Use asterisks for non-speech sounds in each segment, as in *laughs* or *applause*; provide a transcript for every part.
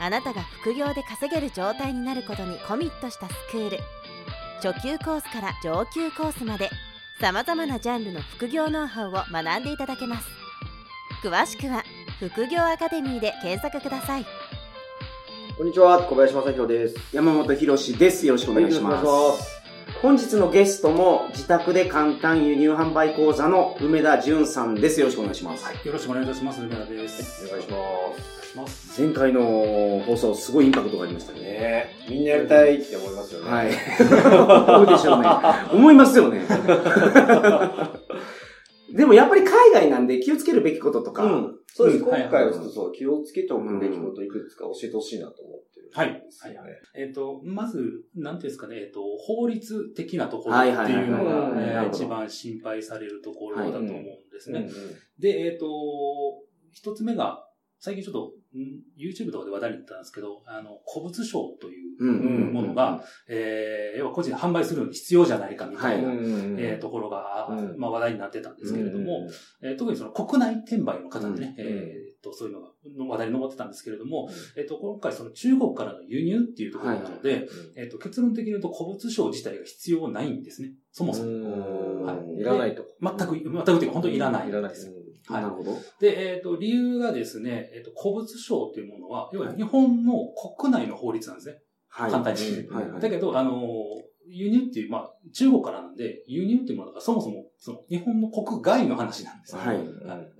あなたが副業で稼げる状態になることにコミットしたスクール初級コースから上級コースまでさまざまなジャンルの副業ノウハウを学んでいただけます詳しくは「副業アカデミー」で検索くださいこんにちは、小林正宏です。山本博史です。よろしくお願いします。す。本日のゲストも自宅で簡単輸入販売講座の梅田淳さんです。よろしくお願いします。よろしくお願いいたします。梅田です。お願いしおます。願いします。前回の放送、すごいインパクトがありましたねね。え、みんなやりたいって思いますよね。はい。どうでしょうね。思いますよね。でもやっぱり海外なんで気をつけるべきこととか、うん。そうです。うん今回ははいちょっとそう、気をつけておくべきこといくつか教えてほしいなと思ってる。はいですよねえっ、と、まず、なんていうんですかね、えっ、と、法律的なところっはていはいはいいうのうんがえなるーほど一番心配されるところだと思うんですね。うんで、えっ、と、一つ目が、最近ちょっと、ん YouTube とかで話題になったんですけど、あの、古物商という、うんうんものが、えー要は個人で販売するのに必要じゃないかみたいな、はうんえーところが、うんまあ、話題になってたんですけれども、うんえー特にその国内転売の方でね、うんえーっとそういうのがの話題に上ってたんですけれども、うえーっと今回その中国からの輸入っていうところなので、んえーっと結論的に言うと古物商自体が必要ないんですね。そもそも。うんはいいらないと。全く、全くというか本当にいらないいらないで。す。なはいるほど。で、えーっ、と、理由がですね、えーっ、と、古物商というものは、要は日本の国内の法律なんですね。はい。簡単に言うはいはいだけど、あのー輸入っていう、まあ、中国からなんで、輸入っていうものがそもそも、その、日本の国外の話なんですよ。はい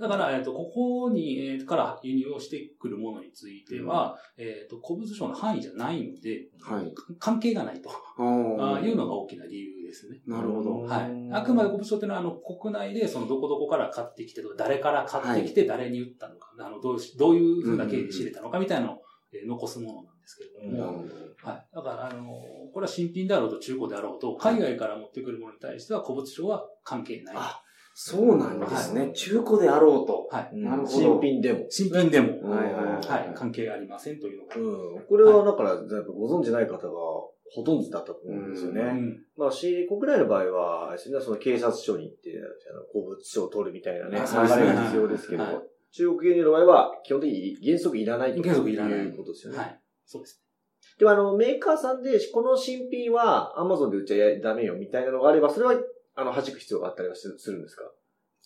だから、えっと、ここに、えーから輸入をしてくるものについては、えっと、古物商の範囲じゃないので、はい。関係がないとああーいうのが大きな理由ですね。なるほど。はい。あくまで古物商っていうのは、あの、国内で、その、どこどこから買ってきてとか、誰から買ってきて、誰に売ったのか、あの、どうし、どういうふうな経緯で仕入れたのかみたいなのを、えー残すものなんですけれども、なるほうどはい。だから、あのーこれは新品であろうと中古であろうと、海外から持ってくるものに対しては古物商は関係ない。あそうなんですはね。い中古であろうと。はい。なるほど新品でも。新品でも、はいはいはい、関係ありませんというのが。うん。これはだから、やっぱご存知ない方がほとんどだったと思うんですよね。ううんまあ、し、国内の場合は、あれですねその警察署に行って、あの古物証を取るみたいなね、あ流そうですねれが必要ですけど、はい中国輸入の場合は、基本的に原則いらないと原則いらないいうことですよね。はい。そうです。でも、あの、メーカーさんで、この新品は Amazon で売っちゃダメよみたいなのがあれば、それは、あの、弾く必要があったりはするするんですか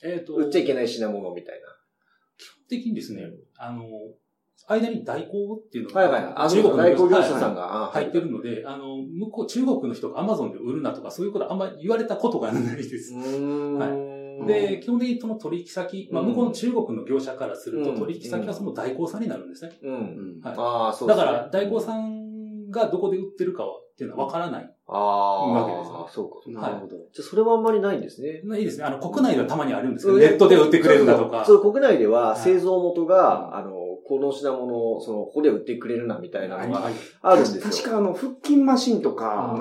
えっ、と、売っちゃいけない。ない品物みたい基本的にですね、うんあの、間に代行っていうのな。が、あ中国の、の代行業者さんがが、あ入ってるので、あの、向こう、中国の人が Amazon で売るなとか、そういうことはあんまり言われたことがないです。うーん。で、基本的にその取引先、まあ、うん向こうの中国の業者からすると、うん取引先はその代行さんになるんですね。う。うんんはいああ、そうだですかねら、代行さんがどこで売ってるかは、っていうのはわからない。あわけですよあ、そうか。なるほど。じゃあ、それはあんまりないんですね。まあいいですね。あの、国内ではたまにあるんですけど、ネットで売ってくれるだとか。そうそうそう国内では製造元が、はあの、この品物を、その、ここで売ってくれるな、みたいなあのりがますあるんですよ。確かあの、腹筋マシンと *laughs* か、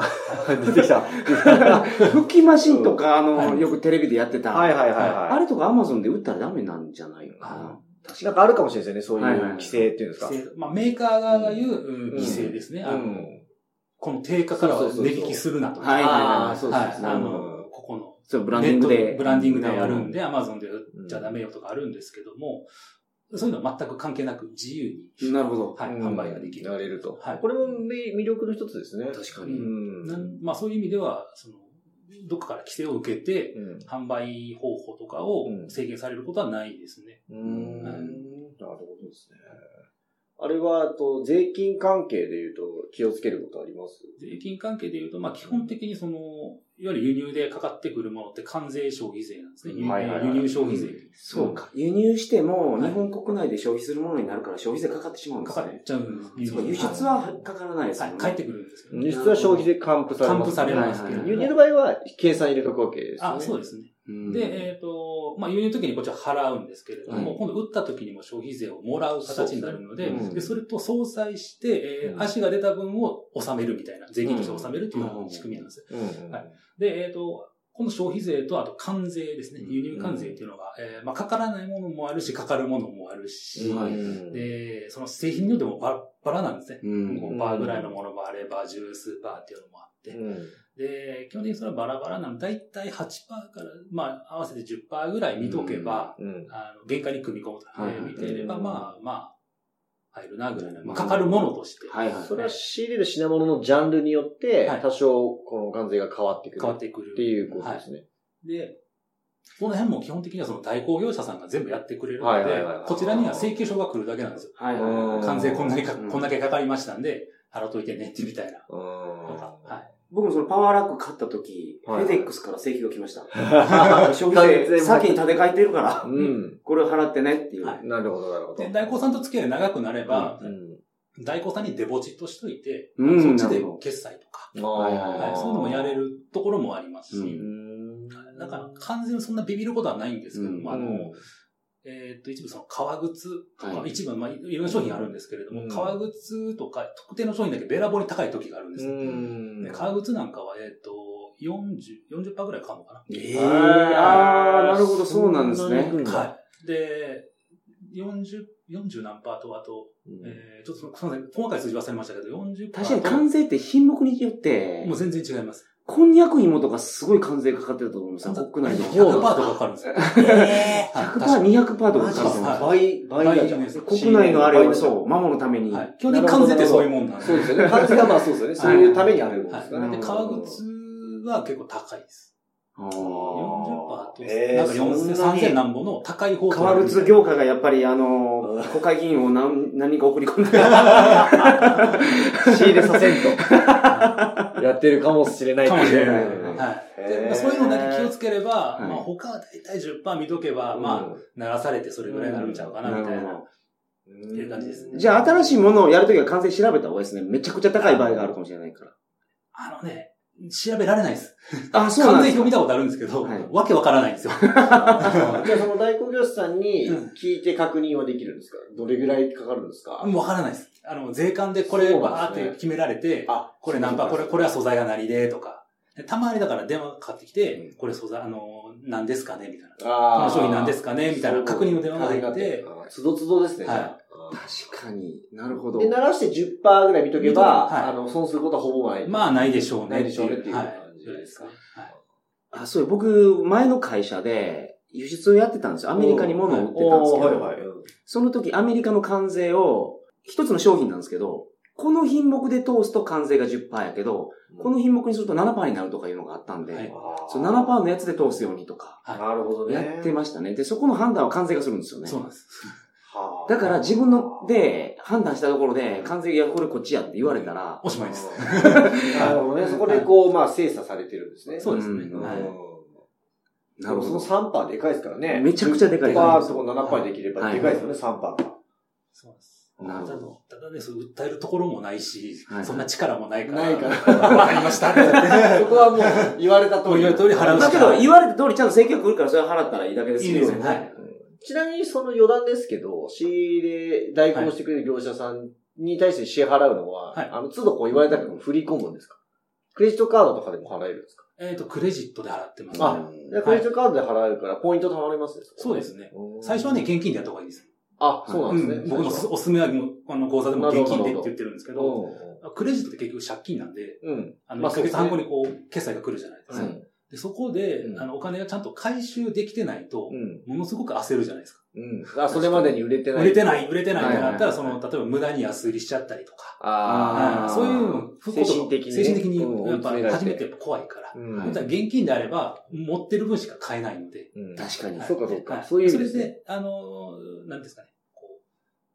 出てきた。は腹筋マシンとか、あはの、いよくテレビでやってた。いはいはいあはれとかアマゾンで売ったらダメなんじゃないかな。い。なんかあるかもしれないですよね、そうはいいうはい規制っていうんですか。規制まあ、メーカー側が言ううんうん規制ですね。あうのんこの定価からそうはそうそう値そう引きするなとか。はいはいはいあーそうそうはい。そう。なあるほの、ここの。そう、ブランディングネットで。ブランディングでややるるんで、アマゾンで売っちゃダメよとかあるんですけども、そういうのは全く関係なく自由に、なるほど。はい、うん販売ができる。なれると。はいこれも魅魅力の一つですね。確かうに。ん。なんまあ、そういう意味では、その、どこから規制を受けて、うん販売方法とかをうん制限されることはないですね。うーんん。なるほどですね。あれは、あと、税金関係で言うと気をつけることあります税金関係でいうと、まあ、基本的にその、いわゆる輸入でかかってくるものって関税消費税なんですね。輸入はいはいはい輸入消費税。そうか。輸入しても、は日い本国内で消費するものになるから消費税かかってしまうんでかすかっね。ちゃうんです。そうか輸出はかからないですはよいね。、帰ってくるんですけど、輸出は消費税還付されます。還付されますけどはいはいはい輸入の場合は計算入れとくわけですね。あ、そうですね。うんで、えっ、と、まあ、輸入の時にこちら払うんですけれども、はい今度売った時にも消費税をもらう形になるのそで、そ,、うですねうんでそれと相殺して、えーうん足が出た分を納めるみたいな、税金として納めるというような仕組みなんです。うんはいで、えっ、と、この消費税と、あと関税ですね。うん輸入関税っていうのが、えーまあ、かからないものもあるし、かかるものもあるし、はいうんで、その製品によってもバラバラなんですね。うん5%パーぐらいのものもあれば、十数パーっていうのもあって。うんで、基本的にそれはバラバラなの。だいたい8%から、まあ、合わせて10%ぐらい見とけば、うんあの、原価に組み込むと。はいはいえー見ていれば、うんまあまあ、入るなぐらいの。まあ、かかるものとしてはいはい。それは仕入れる品物のジャンルによっては、い多少この関税が変わってくる。変わってくる。っていうことですね。で、この辺も基本的にはその代行業者さんが全部やってくれるのはいではいはいはい、こちらには請求書が来るだけなんですよ。はいうん関税こんなにか、うんこんだけかかりましたんで、払っといてねってみたいな。うん。はい。僕もそのパワーラック買った時、はフいェデックスから請求が来ました。消消費税先に立て替えてるから、うん。これを払ってねっていう。はいなるほど、なるほど。で、代行さんと付き合いが長くなればう、ん。代行さんにデポジットしといて、うそっちなでるほど決済とか、はいあーはい、そういうのもやれるところもありますうし、ん。だから完全にそんなビビることはないんですけどうんも、あの、えーっと、一部その革靴とか、はい一部、まあ、いろんな商品あるんですけれども、うん革靴とか特定の商品だけべらぼうに高い時があるんですね。んで革靴なんかは、えーっと、40、40%ぐらい買うのかな。えー、あー、なるほど、そうなんですね。はい。で、40、40何パーと、あと、えーちょっとそのすみません、細かい数字忘れましたけど、40%確かに関税って品目によってもう、全然違います。こんにゃく芋とかすごい関税かかってると思うんですよ、国内で。 100%とかかかるんですよ。えはい確か100%、200%とかかかマるジとで思すうかは倍、倍だ倍じゃないですか国内のあれをそそう、守るためにに。はい。基本的に関税ってそういうもんなんう。で。そうですよね。関税がまあそうですよね。そういうためにあるものですかはらい。ね。で、革靴は結構高いです。あー40%と、えーなんか4000、そんなに3000何本の高い方と革靴業界がやっぱり、あのうー、国会議員を何何人か送り込んでは仕入れさせんと。やってるかもしれないってうかもしれないはい。へーでまあそういうのだけ気をつければ、はいまあ他は大体10%見とけば、まあ、鳴らされてそれぐらいになるんちゃうかな、みたいなるほなど。うんいう感じですねじゃあ、新しいものをやるときは完成調べた方がいいですね。めちゃくちゃ高い場合があるかもしれないから。あのね、調べられないです。あ、そうな完んで全す表か見たことあるんですけどはい、わけわからないんですよ。じゃあその代行業者さんに聞いて確認はできるんですかどれぐらいかかるんですかもうわからないです。あの、税関でこれそうバなーんっですねて決められて、あこれナンパ、これ、これは素材がなりで、とか。でたまにだから電話がかかってきて、これ素材、あの、何ですかねみたいな。こあのあ。商品何ですかねみたいな確認の電話が入あっーて、。つどつどですね。はい確かになるほどで、。鳴らして10%ぐらい見とけば、見とけばはいあの、損することはほぼない。まあないでしょうねなっいてでいしょうねっていうは感いじぐらいでですすか。かね。はいあ、そう、僕、前の会社で、輸出をやってたんですよ。アメリカに物を売ってたんですけど、その時アメリカの関税を、一つの商品なんですけど、この品目で通すと関税が10%やけど、この品目にすると7%になるとかいうのがあったんで、はいその7%のやつで通すようにとか、あーなるほどね。やってましたね。で、そこの判断は関税がするんですよね。そうなんです。はあだから自分の、で、判断したところで、関税、いや、これこっちやって言われたら、おしまいです。 *laughs* なるほどね。そこでこう、まあ、精査されてるんですね。そうですね。うんはいい。なるほど。その3%でかいですからね。めちゃくちゃでかいでですかい。そこ7%できれば、はいでかいですよね、3%が。そうです。なるほただど。、ただね、そう訴えるところもないしは、いそんな力もないから。ないから *laughs* わかりましたってなっ *laughs* そこはもう、言われた通もうり。言われた通り払うしだかけど、言われた通りちゃんと請求来るから、それは払ったらいいだけでて。すいいけでどすね。はい。ちなみにその余談ですけど、仕入れ、代行してくれる業者さんに対して支払うのは、はいあの、都度こう言われたけど振り込むんですかクレジットカードとかでも払えるんですかえっと、クレジットで払ってます。あうでんクレジットカードで払うから、ポイント貯まりますね。こそうですね。うん最初はね、。現金でやった方がいいです。あ、そうなんですね。うん僕の最初はおすすめは、もうこの口座でも現金でって言ってるんですけど、クレジットって結局借金なんで、うん。うん。あまの、あそ1ヶうです月ね半後にこう、決済が来るじゃないですうか。ん。でそこで、うんあの、お金がちゃんと回収できてないと、うん。ものすごく焦るじゃないですか。うん。あ、それまでに売れてない。売れてない、売れてないっはていはいなはいったら、その、例えば無駄に安売りしちゃったりとか、あーあ。そういうのこと精神的にね。精神的にうんやっぱ初め。追い詰てられやっぱ怖いから。うん本当は現金であれば、持ってる分しか買えないので。うん確かにそうかそうはか。いそういう意そ味れすね。で、あのー、なんですかね、こ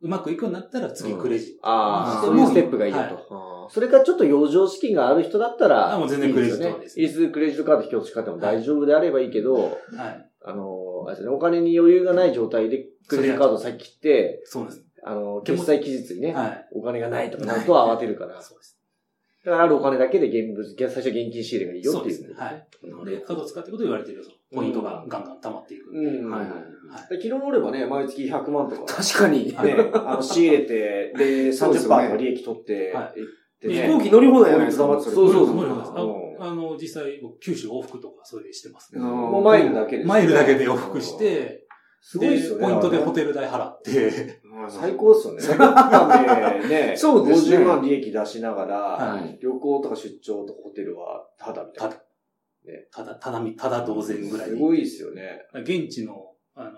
う、うまくいくようになったら次クレジット。ああ、あーそういうステップがいいよと。はいあーそれからちょっと余剰資金がある人だったら、あもう全然クレジットでですすね。ねいつクレジットカード引き落とし方も大丈夫であればいいけど、はい。あのー、あれですね、お金に余裕がない状態でクレジットカードを先切って、そうです。あのー、でも決済期日にね、はい。お金がないとかなると慌てるから。そうです。だからあるお金だけで現物、最初現金仕入れがいいよそっうてでいう。すね。はい。なで、るカードを使っていくと言われている、そのポイントがガンガン溜まっていく。うんほど。ははいいははいいははいい。で昨日乗ればね、毎月100万とか。確かに。ね、あの、仕入れて、で、そうです30%よねの利益取って、はい行って飛ね。飛行機乗り放題じゃないですか。そうそそううそう無そ理う。ですああの、実際、僕九州往復とか、それしてますね。うんもうマイルだけですねマイルだけで往復し、て、すごいですよね。ポイントであれねホテル代払って、最高っすよね。最高なんで、 *laughs* ね。そうですね50万利益出しながら、はい旅行とか出張とかホテルはただみたいな。ただ、ただみ、ただ同然ぐらいすに。ごいですよね。現地の、あの、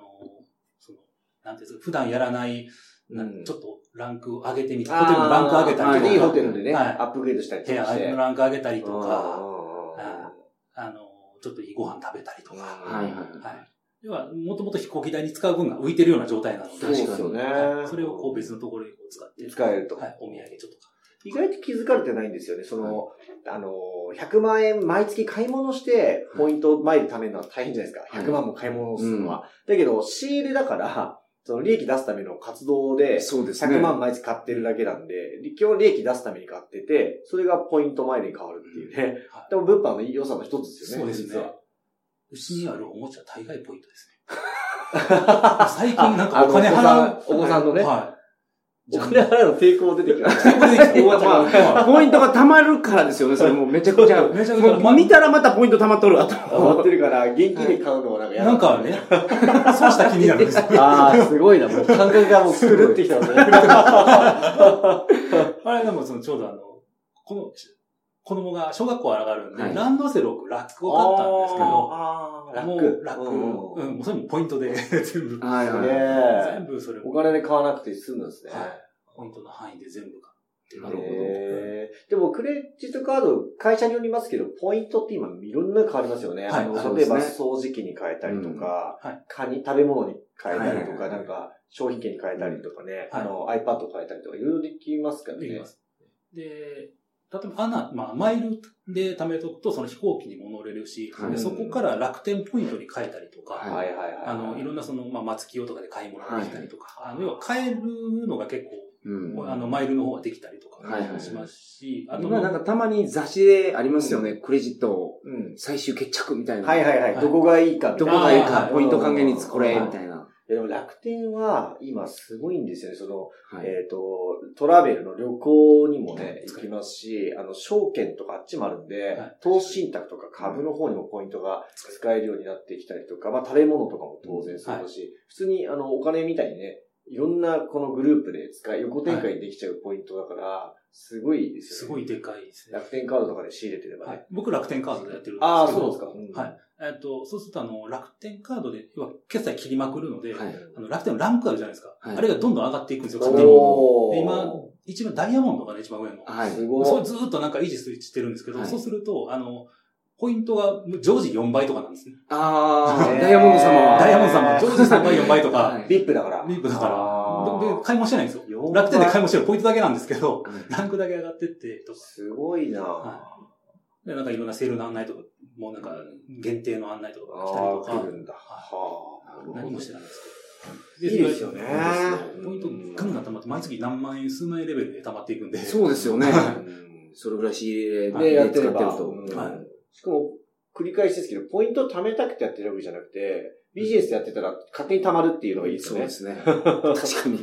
その、なんていうんですか、普段やらない、なうんちょっとランクを上げてみた、ホテルのランク上げたりあーといか、いホテルでね、はいアップグレードしたりと部かして。屋のランク上げたりとか、ああの、ちょっといいご飯食べたりとーか、ははいはいはいい。要は、もともと飛行機代に使う分が浮いてるような状態なので、そうですよねはいそれをこう別のところにこう使って、使えるとはい、お土産ちょっと意外と気づかれてないんですよね。その、あの、100万円毎月買い物して、ポイント前で貯めるのは大変じゃないですか。はい100万も買い物するのは。だけど、仕入れだから、その利益出すための活動で、そうですね。 100万毎月買ってるだけなんで、基本利益出すために買ってて、それがポイントマイルに変わるっていうね。はいでも物販の良さの一つですよそうね。です実ねは。。うちにあるおもちゃ大概ポイントですね。最近なんかお金払う。あのお子さんお子さんのねはい。お金払うの抵抗出てきました。 *laughs* 全部できておもちゃ *laughs* がはいポイントが貯まるからですよね、それもうめちゃくちゃ。めちゃくちゃもう見たらまたポイント貯まっとるわと。終わってるから、現金で買うのはなんか嫌だなんかね、 *laughs* そうした気になるんですよ。ああ、すごいな。もう感覚がもう狂ってきたのね。 *laughs* あれでもそのちょうどあの、この、子供が小学校上がるんで、はいランドセルを置くラックを買ったんですけど、あーもうラック、うん、もうそれもポイントで *laughs* 全部、はいすはいげえ全部それおも金で買わなくて済むんですね。はいポイントの範囲で全部買って、なるほどへーでも、クレジットカード、会社によりますけど、ポイントって今、いろんなの変わりますよね。はいあのそうで例えすねば、掃除機に変えたりとか、うんはいカニ、食べ物に変えたりとはか、いなんか、商品券に変えたりとかね、はいあの、iPad 変えたりとか、いろいろできますからね。できます。で、例えば、アナ、まあ、マイルで貯めとくと、その飛行機にも乗れるし、はいでそこから楽天ポイントに変えたりとか、ははいはいはい。あの、いろんな、なその、まあ、松清とかで買い物ができたりとか、あの、要は買えるのが結うん構、あの、マイルの方ができたりとかはいはいしますし、あと今なんかたまに雑誌でありますよね、クレジットうん。最終決着みたいな。はいはいはい。どこがいいかみどたいなこがいいあーかは、いポイント還元率これ、はいみたいな。いやでも楽天は今すごいんですよね。その、はい。えっ、と、トラベルの旅行にもねう、ん行きますし、あの、証券とかあっちもあるんで、はい投資信託とか株の方にもポイントが使えるようになってきたりとか、まあ食べ物とかも当然そうだし、普通にあの、お金みたいにね、いろんなこのグループで使い、横展開できちゃうポイントだから、すごいですすよごね。いでかいですね。楽天カードとかで仕入れてればね。はい、僕楽天カードでやってるんですけど、ああ、そうですか。うんはいえっと、そうするとあの、楽天カードで、要は決済切りまくるので、はい。あの楽天のランクあるじゃないですか。はいあれがどんどん上がっていくんですよ、勝手に。おーで今、一番ダイヤモンドがね、一番上の。はい。すごい。それずっとなんか維持してるんですけど、はいそうすると、あの、ポイントが常時4倍とかなんですね。あねー、ダイヤモンド様あは。ーダイヤモンドさんも常時3倍、4倍とはか、いビップだから。リープだからあでーで、買い物してないんですよ。 4楽天で買い物してるポイントだけなんですけど、はいランクだけ上がってって、とか。すごいなぁ、はで、なんかいろんなセールの案内とか、もうなんか限定の案内とかが来たりあとあ、か来、るんだ。はあ。何もしてないんですいけど。いですよね。ポイントガンガン溜まって、毎月何万円、数万円レベルで溜まっていくんで。そうですよね。う *laughs* それぐらい仕入んれで、でやって使れってるば。とうん。はいしかも、繰り返しですけど、ポイントを貯めたくてやってるわけじゃなくて、ビジネスでやってたら勝手に貯まるっていうのがいいですそようねで。すね。確か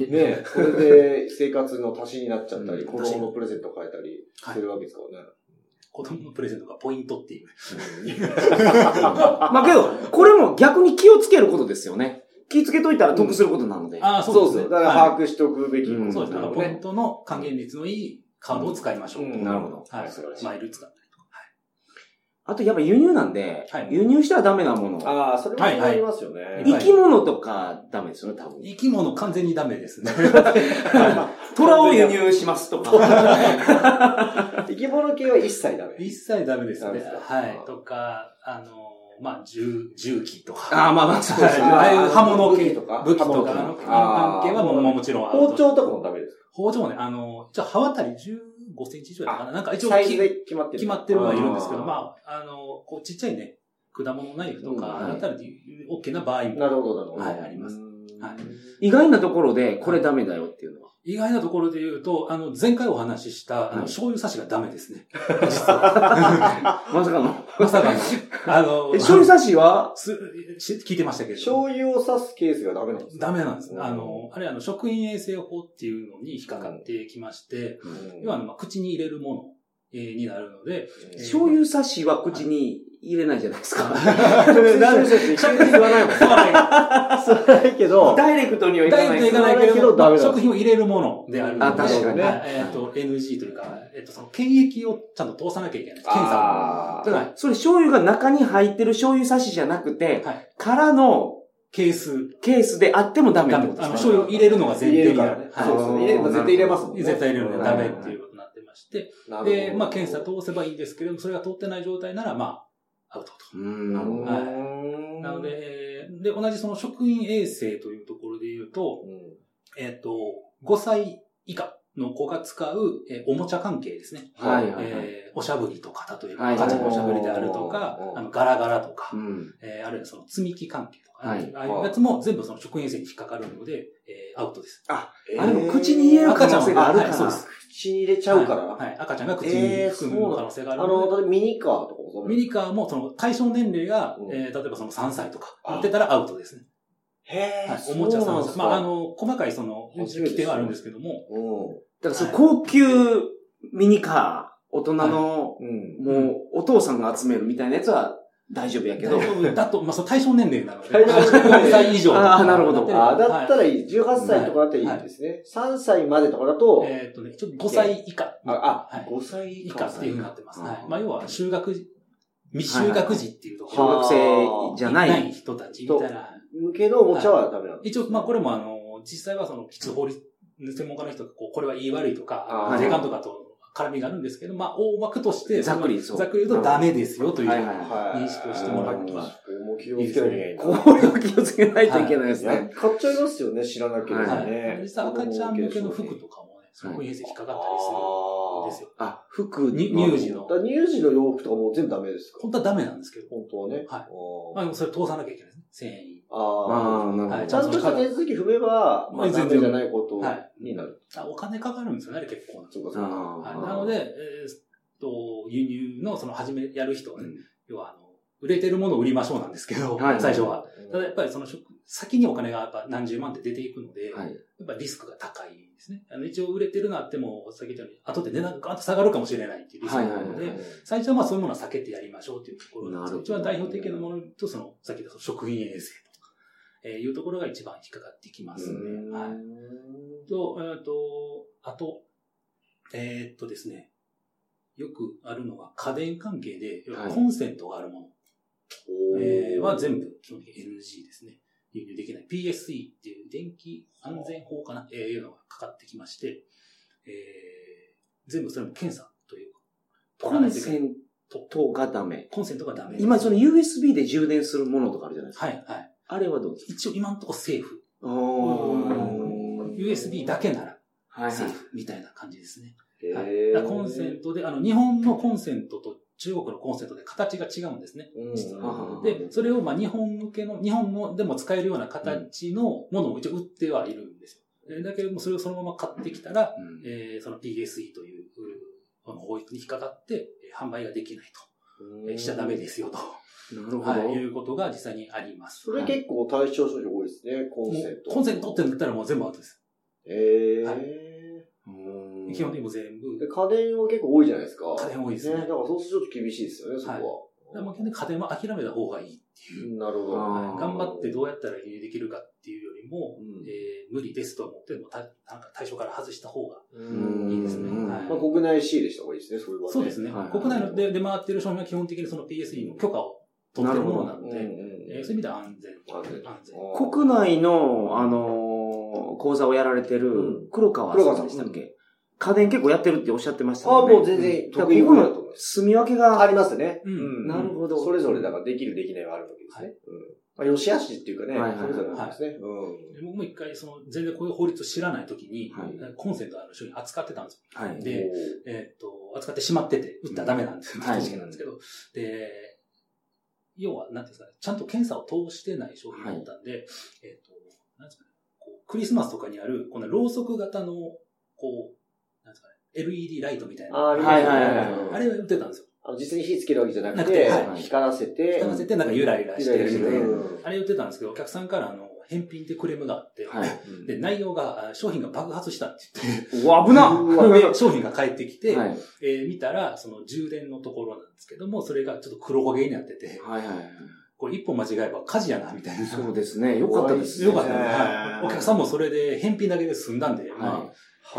に。ねそれで生活の足しになっちゃったり、うん子供のプレゼント変えたりはいするわけですからね。子供のプレゼントがポイントっていう。 *laughs* まあけど、これも逆に気をつけることですよね。気をつけといたら得することなので。ああ、そうそうそでう。すね。だからはい把握しておくべきこうんそうとですなね。のポインね。トの還元率のいいカードを使いましょう。うんなるほど。はい素晴らし。いマイル使って。あとやっぱ輸入なんで、はい輸入したらダメなもの。ああ、それもありますよね。はい生き物とかダメですよね、多分。生き物完全にダメで *laughs* すね。虎を輸入しますと *laughs* か。生き物系は一切ダメ。一切ダメですダメねです。かはい。とか、あの、まあ、銃、銃器とか。ああ、まあまあ、そうですね。はいああいう刃物系武器とか武器とか刃の物関係あーはもうもちろんアウ包ト丁とかもダメです包丁もね、あの、一応刃渡り15センチ以上やったかな。なんか一応サイきズで決まってる。決まってるのはいるんですけど、あーまあ、あの、こうちっちゃいね、果物ナイフとうんか、はいあったり、OK な場合もなるほど、なるほど。はいありますうーんははいい。意外なところで、これダメだよっていうのは。意外なところで言うと、あの、前回お話しした、あはいの、醤油差しがダメですね。まさかの。まさかの、あの、え、醤油差しはすし聞いてましたけれども。醤油を刺すケースがダメなんですかダメなんですね。うんあの、あれ、あの、食品衛生法っていうのに引っかかってきまして、うん要はあの、まあ、口に入れるもの、えーになるので、醤 *laughs* 油差しは口に入れないじゃないですか。なんで一緒に言わないもん。吸わない吸わないけど、ダイレクトにはいかダなイいエッでトいすかよないけれどダメも、だ食品を入れるものであるので。あ確かにねはいえっと、NG というか、えっと、その検疫をちゃんと通さなきゃいけない。検査あだから、それ醤油が中に入ってる醤油差しじゃなくて、はいからのケース、ケースであってもダメっダてメことあの、です醤油を入れるのが前入れる提にかならるね。。そうですねは入れ。まあ絶対入れますもんい。ね。絶対入れるのがダメはいっていうことになってまして。なるほどで、まあ、検査。通せばいいんですけれども、それが通ってない状態なら、まあ、アウトと。うんなるほど。はいうなので、、えーで、同じその食品衛生というところで言うと、うんえっと、5歳以下の子が使う、えーおもちゃ関係ですね。はいはいはい。えーおしゃぶりとか、例えば、はいガチャのおしゃぶりであるとかお、ーあの、ガラガラとか、うんえーあるいはその積み木関係とか、はいああいうやつも全部その食塩水に引っかかるので、えーアウトです。あでも口に入れる可能性があるか赤ら。ちゃんははいそうで口に入れちゃうから。はい。赤ちゃんが口に含む可能性がああるので、の、ミニカーとかもそうなのミニカーもその対象年齢がう、んえー例えばその3歳とか、あなってたらアウトですね。へはいー。おもちゃそうなんで3す歳。かまあ、あの、細かいその、面白いですね規定はあるんですけども、だからその高級ミニカー、大人の、うん。うん。もうお父さんが集めるみたいなやつは大丈夫やけ大ど、丈夫だと、まあ、その対象年齢なので、対象年齢4歳以上とか。あーなるほどってああ、だったはらいいい。18歳とかだったらいいんですね。3歳までとかだと、えーっとね、ちょっと5歳以下。あ、あはい5歳以以下下っていうふうになってます。うんはい。まあ、要は、就学時、未就学時っていうとこ小ろ学生じゃな。ないい人たちみたいな。向けのおもちゃはダメなの一応、まあ、これも、あの、実際はその、基礎法律の専門家の人が、こう、これは言い悪いとあかー、税関とかと絡みがあるんですけど、まあ、大枠として、ざっくりそそうのざっくり言うとダメですよという。はいはいははい認識をしてもらうとかもう気をつけなきゃいけないな。これを気をつけないといけないですいね。 *laughs* や買っちゃいますよね、知らなければはねい。。実は赤ちゃん向けの服とかもね、すごく衛生引っかかったりするんですよ。あ、服にの乳児のだか。ら乳児の洋服とかもう全部ダメですか本当はダメなんですけど、本当はね。はいまあ、い。でもそれ通さなきゃいけないですね。繊維。あああ、なるほはど。いあ。ちゃんとした手続き踏めば、まあ、ダメじゃないことはいになる。あお金かかるんですよね、あれ結構な。そうか、そうか。あはい、ーなので、えーっと、輸入の、その、初め、やる人はね、うん要は、あの、売れてるものを売りましょうなんですけど、はい最初は。うんただやっぱりその食、先にお金がやっぱ何十万って出ていくので、はいやっぱリスクが高いですね。あの、一応売れてるのあっても、さっき言ったように、後で値段がガーンと下がるかもしれないっていうリスクがあるのはいはいは、で最初はまあそういうものは避けてやりましょうっていうところなんなですけど、るほ一ど番代表的なものと、その、さっき言ったその食品衛生とか、えーいうところが一番引っかかってきますうんね。はい。と、えっ、と、あと、えーっとですね、よくあるのは家電関係で、要ははいコンセントがあるもおの、ーえーは全部基本的に NG ですね。輸入できない。PSE っていう電気安全法かな、えーいうのがかかってきまして、えー全部それも検査というか、取コらないンといけセないントがダメ。コンセントがダメです今、その USB で充電するものとかあるじゃないですか。はい、はい。あれはどうですか一応今のところセーフ。あー USB だけならはいセはーい。フみたいな感じですね。へはいーだからコンセントで、あの、日本のコンセントと中国のコンセントで形が違うんですね。うん実はで、それをまあ日本向けの、日本のでも使えるような形のものを一応売ってはいるんですよ。えーだけれども、それをそのまま買ってきたら、うんえーその PSE という、この法律に引っかかって、えー販売ができないと。えーしちゃダメですよ、と、なるほはい、ど。いうことが実際にあります。それ結構対象症状多いですね、コンセント。もうコンセントって。なったらもう全部アウトです。ええはいうん基本的にもう全部で。家電は結構多いじゃないですか。家電多いですね。ねだからそうするとちょっと厳しいですよね、そこだからは。もう基本的に家電は諦めた方がいいなるほど。あー頑張ってどうやったら輸入できるかっていうよりも、うんえー無理ですと思ってもた、なんか対象から外した方がうんいいですね。うんはいまあ、国内 C でした方がいいですね、それはね。そうですね。はい国内ので出回ってる商品は基本的にその PSE の許可を取ってるものなので、えーそういう意味では安全。安全国内の、あのー、講座をやられてうる黒川さんでしたっけ家電結構やってるっておっしゃってましたよあもう全然んだから得意ここ分野だと思いのます住み分けあが、りますね。うんなるほどそれぞれだからできるできないはあるわけですね。うん。まあ、良し悪しっていうかね、はいはいはいそれぞれなんですね。うん。で僕も一回、その、全然こういう法律を知らないときに、はいコンセントある商品扱ってたんですよ。はいでえっ、と、扱ってしまってて、打ったらダメなんですよ。はい確かなんですけど。で、要は、なんていうんですかね、ちゃんと検査を通してない商品だったんで、えっ、と、なんですかね、こうクリスマスとかにある、このろうそく型のこう、なんですかね、LED ライトみたいな。あー、はいはいはい、ああれを売ってたんですよ。の実に火つけるわけじゃなくなくててはいはい光らせて、光らせてなんかゆらゆらしてるゆみらたゆいらな。うんあれを売ってたんですけど、お客さんからあの、返品ってクレームがあって、はい。で、内容が、あ商品が爆発したって言って、うわ、危なうわで商品が返ってきて、はい。えー見たら、その充電のところなんですけども、それがちょっと黒焦げになってて、はいはい。これ一歩間違えば火事やな、みたいな。そうですね。よかったですね。よかったねね。はいお客さんもそれで返品だけで済んだんで、まあ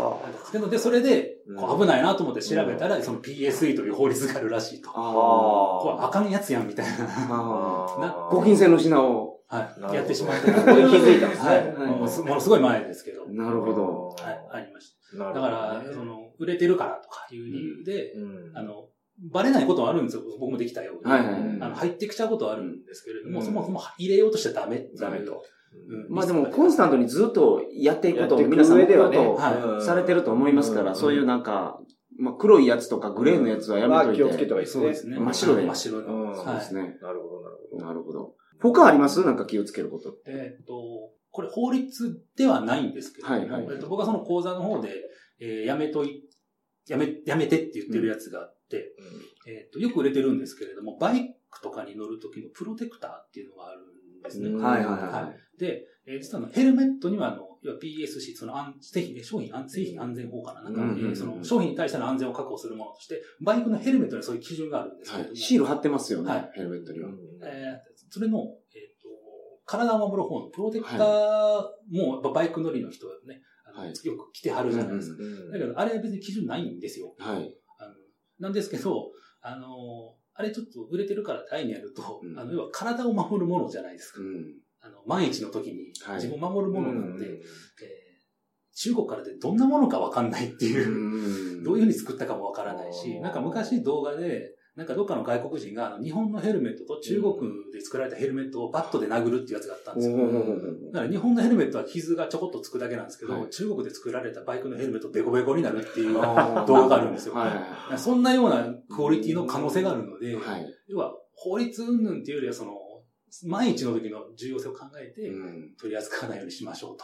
ははあなので、それで、こううん危ないなと思って調べたら、その PSE という法律があるらしいと。い。こあれああかんやつやん、みたいな。あ。なご金銭の品を。は。ないるほどやってしま *laughs* って。そこで気づいたんですねはいはいもうす。ものすごい前ですけど。はい。なるほど。ありましなた。るほどねだから、その、売れてるからとかいう理由で、うんあの、バレないことはあるんですよ。僕もできたように。はいはいうんあの、入ってきちゃうことはあるんですけれども、うんそもそも入れようとしてダメ。ダメと。うんまあでも、コンスタントにずっとやっていくことを皆さん目やっていく上標ではとねはされてると思いますかうんら、そういうなんか、まあ黒いやつとかグレーのやつはやめまとあい気て。をつけた方がいいですそうね。ですね。真っ白で真っ白の。うんそうですね。なるほど、なるほど。なるほど。他ありますなんか気をつけること。えっ、と、これ法律ではないんですけれども、はいはいはいえっと僕はその講座の方で、えーやめとい、やめ、やめてって言ってるやつがあって、えっ、と、よく売れてるんですけれども、バイクとかに乗る時のプロテクターっていうのがあるんですね。うんはいはいははいで、えー実はあのヘルメットにはあの、要は PSC、その安製品、商品安、製品安全法かな、なんか、うんうんうんえーその商品に対しての安全を確保するものとして、バイクのヘルメットにはそういう基準があるんですけれども、い。シール貼ってますよはねい。ヘルメットには。えーそれの、えーと、体を守る方のプロテクターも、やっぱバイク乗りの人はね、あのはいよく着てはるじゃないですか。うんだけど、あれは別に基準ないんですよ。はい。あのなんですけど、あの、あれちょっと売れてるから台にやると、うんあの、要は体を守るものじゃないですか。うん。あの、万一の時にはい自分を守るものなんで、うんえー中国からでどんなものかわかんないっていう。どういううふうに作ったかもわからないし、なんか昔動画で、なんかどっかの外国人があの日本のヘルメットと中国で作られたヘルメットをバットで殴るっていうやつがあったんですよ。だから日本のヘルメットは傷がちょこっとつくだけなんですけど、はい中国で作られたバイクのヘルメットベコベコになるっていう動あー画があるんですよ。はそんなようなクオリティの可能性があるのい。で、はい。要は法律云々っていうよりはその、毎日の時の重要性を考えて、うん。取り扱わないようにしましょうと、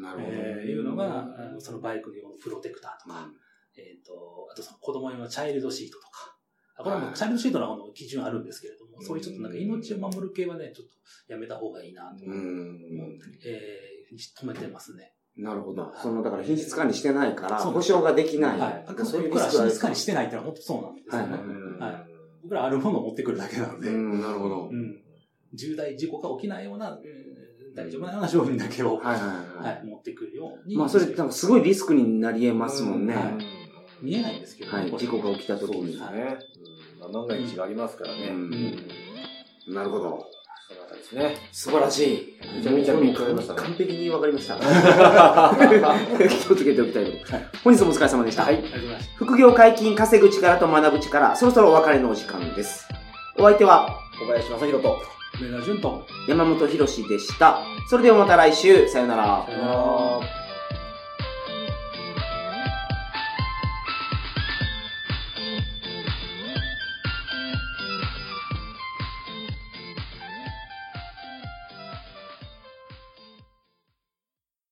なるほど。えーいうのが、あのそのバイクの用のプロテクターとか、えっ、と、あとその子供用のチャイルドシートとか。あこれはもはういチャイルドシートの方の基準あるんですけれども、うんそういうちょっとなんか命を守る系はね、ちょっとやめた方がいいなとう思って、ん。えー、止めてますね。なるほどはい。その、だから品質管理してないから、そう保証ができない。はい。あくまそうでいう僕リらスクがあ品る質管理してないってのは本当そうなんですよね。はいはい僕らあるものを持ってくるだけなので、ううんん、なるほど。重大事故が起きないような、うん大丈夫なような商品だけを、ははいはいいはい。持ってくるように。まあ、それ、なんかすごいリスクになり得ますもんね。うはん見えないんですけど、い。事故が起きた時に。はいね。うん万が一がありますからね。うんなるほど。そのあたりですね。素晴らしい。めちゃめちゃピンクが出ましたね完璧にわかりました。 *laughs* 気をつけておきたいこと。本日もお疲れ様でした。はいありがとうございます。副業解禁、稼ぐ力と学ぶ力、そろそろお別れのお時間です。お相手は、小林正宏と。梅田潤と。山本博史でした。それではまた来週、さよなら。さよなら